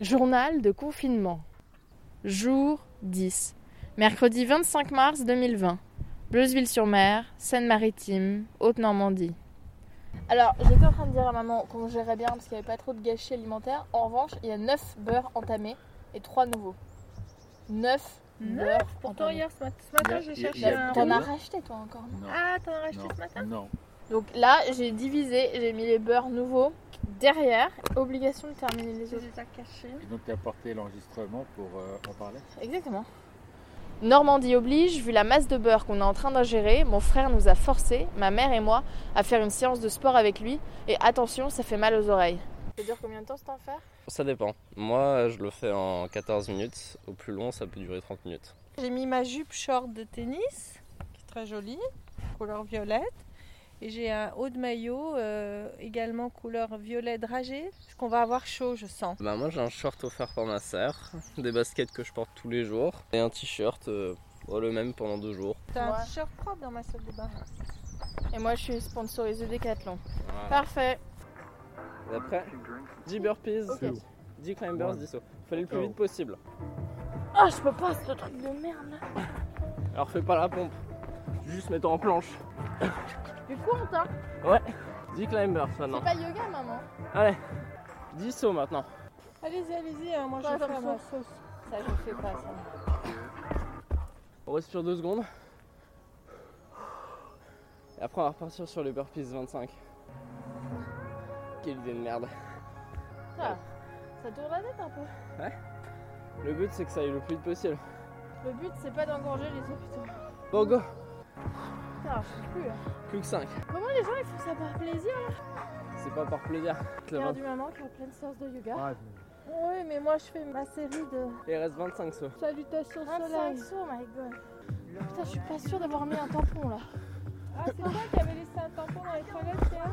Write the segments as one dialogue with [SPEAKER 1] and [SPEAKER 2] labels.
[SPEAKER 1] Journal de confinement. Jour 10. Mercredi 25 mars 2020. Bleuzeville-sur-Mer, Seine-Maritime, Haute-Normandie. Alors, j'étais en train de dire à maman qu'on gérait bien parce qu'il n'y avait pas trop de gâchis alimentaires. En revanche, il y a 9 beurres entamés et 3 nouveaux. 9
[SPEAKER 2] Neuf
[SPEAKER 1] beurres
[SPEAKER 2] Pourtant,
[SPEAKER 1] entamés.
[SPEAKER 2] hier, ce mat- ce matin,
[SPEAKER 3] Il y a-
[SPEAKER 2] j'ai
[SPEAKER 3] il y a-
[SPEAKER 2] cherché
[SPEAKER 3] il y a
[SPEAKER 2] un.
[SPEAKER 3] deux.
[SPEAKER 1] T'en as
[SPEAKER 3] Beurre.
[SPEAKER 1] racheté toi encore non
[SPEAKER 2] Ah, t'en as racheté
[SPEAKER 3] Non,
[SPEAKER 2] ce matin
[SPEAKER 3] non.
[SPEAKER 1] Donc là, j'ai divisé, j'ai mis les beurres nouveaux derrière. Obligation de terminer les
[SPEAKER 2] Je
[SPEAKER 1] autres.
[SPEAKER 2] les ai cachés.
[SPEAKER 3] Et donc t'as apporté l'enregistrement pour euh, en parler
[SPEAKER 1] Exactement. Normandie oblige, vu la masse de beurre qu'on est en train d'ingérer, mon frère nous a forcés, ma mère et moi, à faire une séance de sport avec lui. Et attention, ça fait mal aux oreilles. Ça dure combien de temps ce temps faire
[SPEAKER 4] Ça dépend. Moi, je le fais en 14 minutes. Au plus long, ça peut durer 30 minutes.
[SPEAKER 2] J'ai mis ma jupe short de tennis, qui est très jolie, couleur violette. Et j'ai un haut de maillot, euh, également couleur violet dragé, parce qu'on va avoir chaud, je sens.
[SPEAKER 4] Bah, moi, j'ai un short offert par ma sœur, des baskets que je porte tous les jours et un t-shirt, euh, bon, le même pendant deux jours.
[SPEAKER 2] T'as un
[SPEAKER 1] Ouais.
[SPEAKER 2] t-shirt propre dans ma salle de bain.
[SPEAKER 1] Et moi, je suis sponsorisée Decathlon. Parfait.
[SPEAKER 4] Après, 10 burpees,
[SPEAKER 1] Ok.
[SPEAKER 4] 10 climbers,
[SPEAKER 3] Ouais.
[SPEAKER 4] 10 sauts. Faut aller le plus
[SPEAKER 3] Oh.
[SPEAKER 4] vite possible.
[SPEAKER 1] Ah, je peux pas, ce truc de merde.
[SPEAKER 4] Alors, fais pas la pompe. Juste mets-toi en planche.
[SPEAKER 1] Tu comptes, hein
[SPEAKER 4] 10 climbers maintenant.
[SPEAKER 1] C'est pas yoga, maman.
[SPEAKER 2] Ah,
[SPEAKER 4] Allez, 10 sauts maintenant.
[SPEAKER 2] Allez-y, allez-y, hein, moi je
[SPEAKER 1] Ouais,
[SPEAKER 2] vais
[SPEAKER 1] comme
[SPEAKER 2] faire
[SPEAKER 1] ça.
[SPEAKER 2] ma sauce.
[SPEAKER 1] Ça, je fais pas, ça.
[SPEAKER 4] On respire 2 secondes. Et après, on va repartir sur les burpees 25. Quelle idée de merde.
[SPEAKER 1] Ça, ça tourne la tête un peu.
[SPEAKER 4] Le but, c'est que ça aille le plus vite possible.
[SPEAKER 1] Le but, c'est pas d'engorger les hôpitaux.
[SPEAKER 4] Bon, go
[SPEAKER 1] Putain, je sais plus. là.
[SPEAKER 4] Plus que 5.
[SPEAKER 1] Comment les gens, ils font ça par plaisir
[SPEAKER 4] C'est pas par plaisir.
[SPEAKER 1] Regarde du maman qui est en pleine séance de yoga. Oh,
[SPEAKER 2] Oui, mais moi je fais ma série de
[SPEAKER 4] Il reste 25 sauts.
[SPEAKER 2] salutations
[SPEAKER 1] 25
[SPEAKER 2] solaires.
[SPEAKER 1] sauts, my god. Putain, je suis pas sûre d'avoir mis un tampon là.
[SPEAKER 2] Ah, c'est toi qui avais laissé un tampon dans les toilettes, là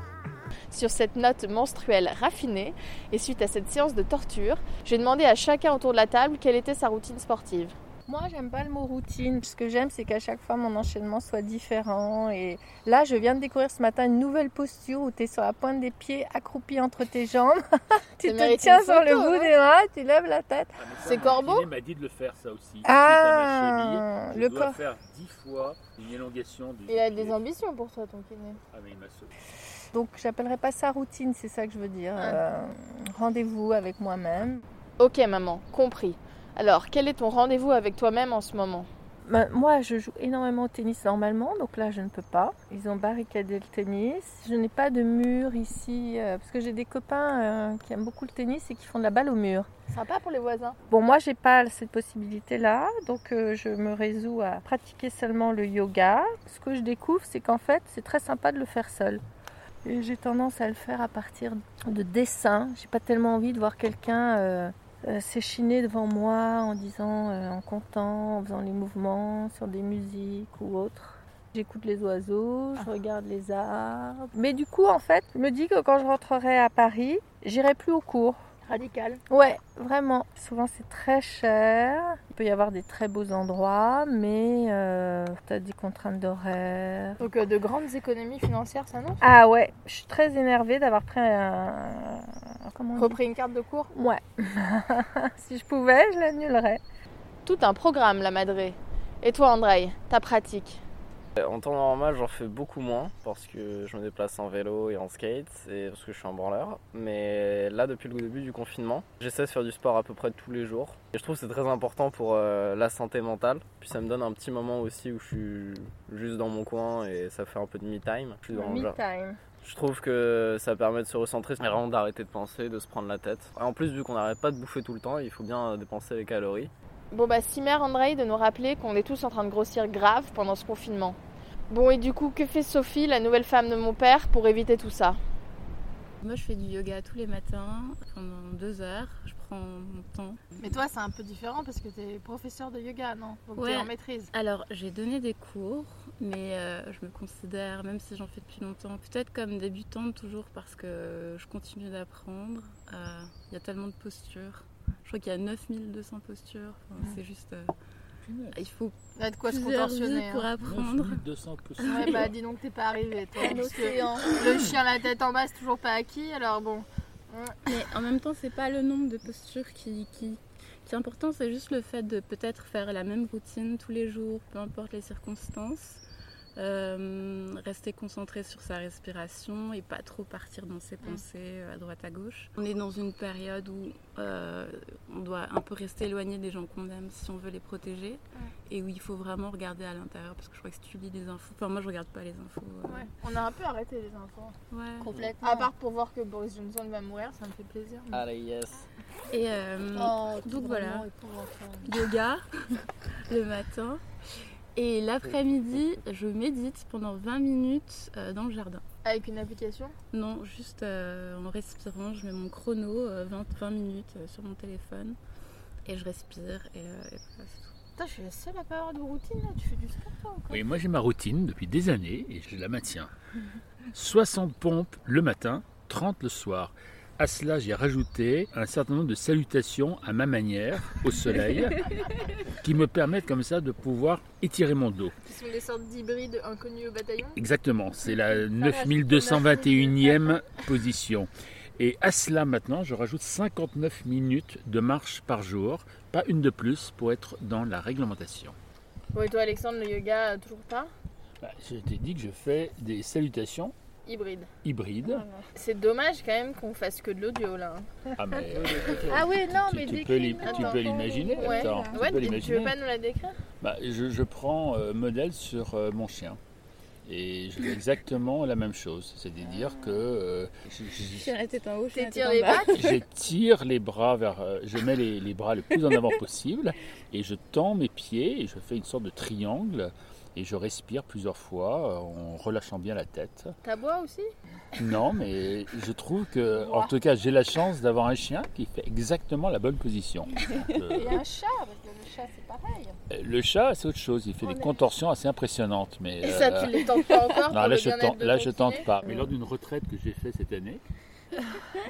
[SPEAKER 1] Sur cette note menstruelle raffinée, et suite à cette séance de torture, j'ai demandé à chacun autour de la table quelle était sa routine sportive.
[SPEAKER 2] Moi, j'aime pas le mot routine. Ce que j'aime, c'est qu'à chaque fois, mon enchaînement soit différent. Et là, je viens de découvrir ce matin une nouvelle posture où tu es sur la pointe des pieds, accroupi entre tes jambes. tu
[SPEAKER 1] Ça
[SPEAKER 2] te
[SPEAKER 1] mérite
[SPEAKER 2] tiens
[SPEAKER 1] une
[SPEAKER 2] sur le
[SPEAKER 1] photo, hein.
[SPEAKER 2] bout
[SPEAKER 1] non
[SPEAKER 2] des bras, tu lèves la tête.
[SPEAKER 1] C'est Corbeau
[SPEAKER 3] Il m'a dit de le faire ça aussi.
[SPEAKER 1] hein.
[SPEAKER 2] Ah,
[SPEAKER 3] Je
[SPEAKER 2] le
[SPEAKER 3] dois
[SPEAKER 2] corps.
[SPEAKER 3] faire 10 fois une élongation du.
[SPEAKER 1] Il a des ambitions pour toi, ton kiné.
[SPEAKER 3] Ah, mais il m'a sauvé.
[SPEAKER 2] Donc, j'appellerais pas ça routine, c'est ça que je veux dire.
[SPEAKER 1] Ah.
[SPEAKER 2] Euh, Rendez-vous avec moi-même.
[SPEAKER 1] Ok, maman, compris. Alors, quel est ton rendez-vous avec toi-même en ce moment
[SPEAKER 2] Ben, moi, je joue énormément au tennis normalement, donc là, je ne peux pas. Ils ont barricadé le tennis. Je n'ai pas de mur ici, euh, parce que j'ai des copains euh, qui aiment beaucoup le tennis et qui font de la balle au mur.
[SPEAKER 1] Sympa pour les voisins.
[SPEAKER 2] Bon, moi, j'ai pas cette possibilité-là, donc euh, je me résous à pratiquer seulement le yoga. Ce que je découvre, c'est qu'en fait, c'est très sympa de le faire seul. Et j'ai tendance à le faire à partir de dessins. J'ai pas tellement envie de voir quelqu'un euh, euh, s'échiner devant moi en disant, euh, en comptant, en faisant les mouvements sur des musiques ou autre. J'écoute les oiseaux, je regarde les arbres. Mais du coup, en fait, je me dis que quand je rentrerai à Paris, j'irai plus au cours.
[SPEAKER 1] Radical.
[SPEAKER 2] Ouais, vraiment. Souvent c'est très cher. Il peut y avoir des très beaux endroits, mais euh, t'as des contraintes d'horaire.
[SPEAKER 1] Donc, euh, de grandes économies financières, ça non
[SPEAKER 2] Ah ouais, je suis très énervée d'avoir pris un. Comment on dit
[SPEAKER 1] Repris une carte de cours
[SPEAKER 2] Ouais. si je pouvais, je l'annulerais.
[SPEAKER 1] Tout un programme, la madré. Et toi, Andrei, ta pratique
[SPEAKER 4] Euh, En temps normal, j'en fais beaucoup moins parce que je me déplace en vélo et en skate et parce que je suis un branleur. Mais là, depuis le début du confinement, j'essaie de faire du sport à peu près tous les jours. Et je trouve que c'est très important pour euh, la santé mentale. Puis ça me donne un petit moment aussi où je suis juste dans mon coin et ça fait un peu de me time. Je suis dans le-
[SPEAKER 2] time.
[SPEAKER 4] Je trouve que ça permet de se recentrer, et vraiment d'arrêter de penser, de se prendre la tête. En plus, vu qu'on n'arrête pas de bouffer tout le temps, il faut bien dépenser les calories.
[SPEAKER 1] Bon, bah, si mère Andrei de nous rappeler qu'on est tous en train de grossir grave pendant ce confinement. Bon, et du coup, que fait Sophie, la nouvelle femme de mon père, pour éviter tout ça
[SPEAKER 5] Moi, je fais du yoga tous les matins pendant deux heures. Je prends mon temps.
[SPEAKER 6] Mais toi, c'est un peu différent parce que t'es professeur de yoga, non Donc
[SPEAKER 5] Ouais.
[SPEAKER 6] t'es en maîtrise.
[SPEAKER 5] Alors, j'ai donné des cours, mais euh, je me considère, même si j'en fais depuis longtemps, peut-être comme débutante toujours parce que je continue d'apprendre. Euh, Il y a tellement de postures. Je crois qu'il y a 9200 postures. Enfin, C'est juste. euh, il faut
[SPEAKER 6] Là, de quoi se
[SPEAKER 5] plusieurs vies
[SPEAKER 6] contorsionner.
[SPEAKER 5] pour
[SPEAKER 6] hein.
[SPEAKER 5] apprendre.
[SPEAKER 3] 9200 pouces.
[SPEAKER 6] Ouais, bah dis donc, t'es pas arrivé, toi. parce que le chien, la tête en bas, c'est toujours pas acquis, alors bon.
[SPEAKER 5] Mais en même temps, c'est pas le nombre de postures qui, qui, qui est important, c'est juste le fait de peut-être faire la même routine tous les jours, peu importe les circonstances. Euh, rester concentré sur sa respiration et pas trop partir dans ses pensées euh, à droite à gauche. On est dans une période où euh, on doit un peu rester éloigné des gens qu'on aime si on veut les protéger et où il faut vraiment regarder à l'intérieur parce que je crois que si tu lis les infos, enfin moi je regarde pas les infos. euh,
[SPEAKER 6] Ouais. On a un peu arrêté les enfants.
[SPEAKER 5] ouais.
[SPEAKER 1] Complètement.
[SPEAKER 6] À part pour voir que Boris Johnson va mourir, ça me fait plaisir.
[SPEAKER 3] Ah.
[SPEAKER 6] mais-
[SPEAKER 4] Allez, yes.
[SPEAKER 5] Et euh,
[SPEAKER 6] Oh,
[SPEAKER 5] Donc
[SPEAKER 6] c'est
[SPEAKER 5] voilà.
[SPEAKER 6] vraiment épouvantable.
[SPEAKER 5] yoga le matin. Et l'après-midi, je médite pendant 20 minutes euh, dans le jardin.
[SPEAKER 6] Avec une application
[SPEAKER 5] Non, juste euh, en respirant, je mets mon chrono euh, 20, 20 minutes euh, sur mon téléphone et je respire et, euh, et voilà, c'est tout.
[SPEAKER 6] Putain, je suis la seule à pas avoir de routine là. Tu fais du sport toi ou quoi
[SPEAKER 3] Oui, moi j'ai ma routine depuis des années et je la maintiens. 60 pompes le matin, 30 le soir. À cela, j'ai rajouté un certain nombre de salutations à ma manière, au soleil, qui me permettent comme ça de pouvoir étirer mon dos.
[SPEAKER 6] Qui sont des sortes d'hybrides inconnus au bataillon
[SPEAKER 3] Exactement, c'est la 9221e position. Et à cela maintenant, je rajoute 59 minutes de marche par jour, pas une de plus pour être dans la réglementation.
[SPEAKER 6] Bon, et toi, Alexandre, le yoga, euh, toujours pas
[SPEAKER 3] Bah, je t'ai dit que je fais des salutations
[SPEAKER 6] Hybride.
[SPEAKER 3] hybrides.
[SPEAKER 6] C'est dommage quand même qu'on fasse que de l'audio là. hein.
[SPEAKER 3] Ah, mais
[SPEAKER 1] Ah oui, non,
[SPEAKER 3] tu,
[SPEAKER 1] mais
[SPEAKER 3] tu
[SPEAKER 1] dès
[SPEAKER 3] peux
[SPEAKER 1] qu'il-
[SPEAKER 3] l'im- tu
[SPEAKER 6] Attends.
[SPEAKER 3] peux l'imaginer.
[SPEAKER 6] Ouais.
[SPEAKER 3] attends, Ah,
[SPEAKER 6] ouais,
[SPEAKER 3] tu peux
[SPEAKER 6] tu- tu veux
[SPEAKER 3] l'imaginer.
[SPEAKER 6] pas nous la décrire
[SPEAKER 3] Bah, je, je prends euh, modèle sur euh, mon chien. Et je fais exactement la même chose. C'est-à-dire que euh, je- je-
[SPEAKER 5] Chien était en haut, chien était
[SPEAKER 6] T'étires
[SPEAKER 5] en
[SPEAKER 6] les
[SPEAKER 5] bas.
[SPEAKER 6] pattes
[SPEAKER 3] j'étire les bras vers. euh, Je mets les, les bras le plus en avant possible et je tends mes pieds et je fais une sorte de triangle et je respire plusieurs fois euh, en relâchant bien la tête.
[SPEAKER 6] T'abois aussi
[SPEAKER 3] Non, mais je trouve que, en tout cas, j'ai la chance d'avoir un chien qui fait exactement la bonne position. Euh,
[SPEAKER 6] y a un chat, parce que le chat c'est pareil.
[SPEAKER 3] le chat, c'est autre chose. Il fait des contorsions assez impressionnantes. Mais,
[SPEAKER 6] Et ça,
[SPEAKER 3] euh,
[SPEAKER 6] tu les tentes pas encore
[SPEAKER 3] non,
[SPEAKER 6] pour
[SPEAKER 3] là,
[SPEAKER 6] le
[SPEAKER 3] je
[SPEAKER 6] bien-être
[SPEAKER 3] tente,
[SPEAKER 6] de
[SPEAKER 3] là,
[SPEAKER 6] ton
[SPEAKER 3] je
[SPEAKER 6] kiné
[SPEAKER 3] tente pas. Mais lors d'une retraite que j'ai fait cette année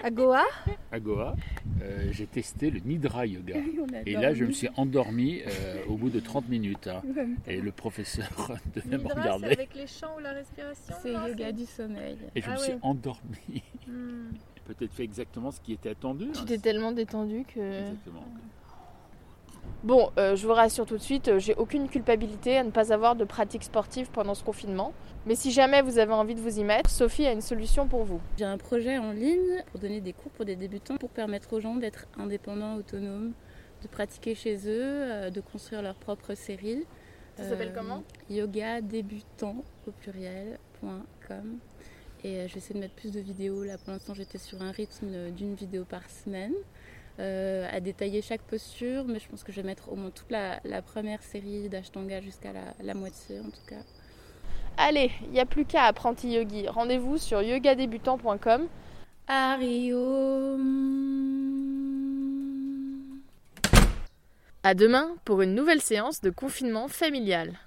[SPEAKER 5] À Goa,
[SPEAKER 3] à Goa, euh, j'ai testé le Nidra Yoga.
[SPEAKER 5] on a
[SPEAKER 3] Et là,
[SPEAKER 5] dormi.
[SPEAKER 3] je me suis endormi euh, au bout de 30 minutes. hein. Et le professeur devait me regarder.
[SPEAKER 6] les chants ou la respiration
[SPEAKER 5] C'est yoga du sommeil.
[SPEAKER 3] Et je
[SPEAKER 6] Ah
[SPEAKER 3] me suis
[SPEAKER 6] ouais.
[SPEAKER 3] endormi. Peut-être fait exactement ce qui était attendu.
[SPEAKER 1] Tu
[SPEAKER 3] hein.
[SPEAKER 1] t'es tellement détendu que.
[SPEAKER 3] Exactement.
[SPEAKER 1] Bon, euh, je vous rassure tout de suite, euh, j'ai aucune culpabilité à ne pas avoir de pratique sportive pendant ce confinement. Mais si jamais vous avez envie de vous y mettre, Sophie a une solution pour vous.
[SPEAKER 5] J'ai un projet en ligne pour donner des cours pour des débutants, pour permettre aux gens d'être indépendants, autonomes, de pratiquer chez eux, euh, de construire leur propre série.
[SPEAKER 6] Ça s'appelle comment
[SPEAKER 5] Yoga débutant au pluriel.com. Et euh, je vais essayer de mettre plus de vidéos. Là, pour l'instant, j'étais sur un rythme euh, d'une vidéo par semaine. euh, à détailler chaque posture, mais je pense que je vais mettre au moins toute la, la première série d'Ashtanga jusqu'à la- la moitié en tout cas.
[SPEAKER 1] Allez, il n'y a plus qu'à apprenti yogi. Rendez-vous sur yogadébutant.com.
[SPEAKER 5] Arium.
[SPEAKER 1] À demain pour une nouvelle séance de confinement familial.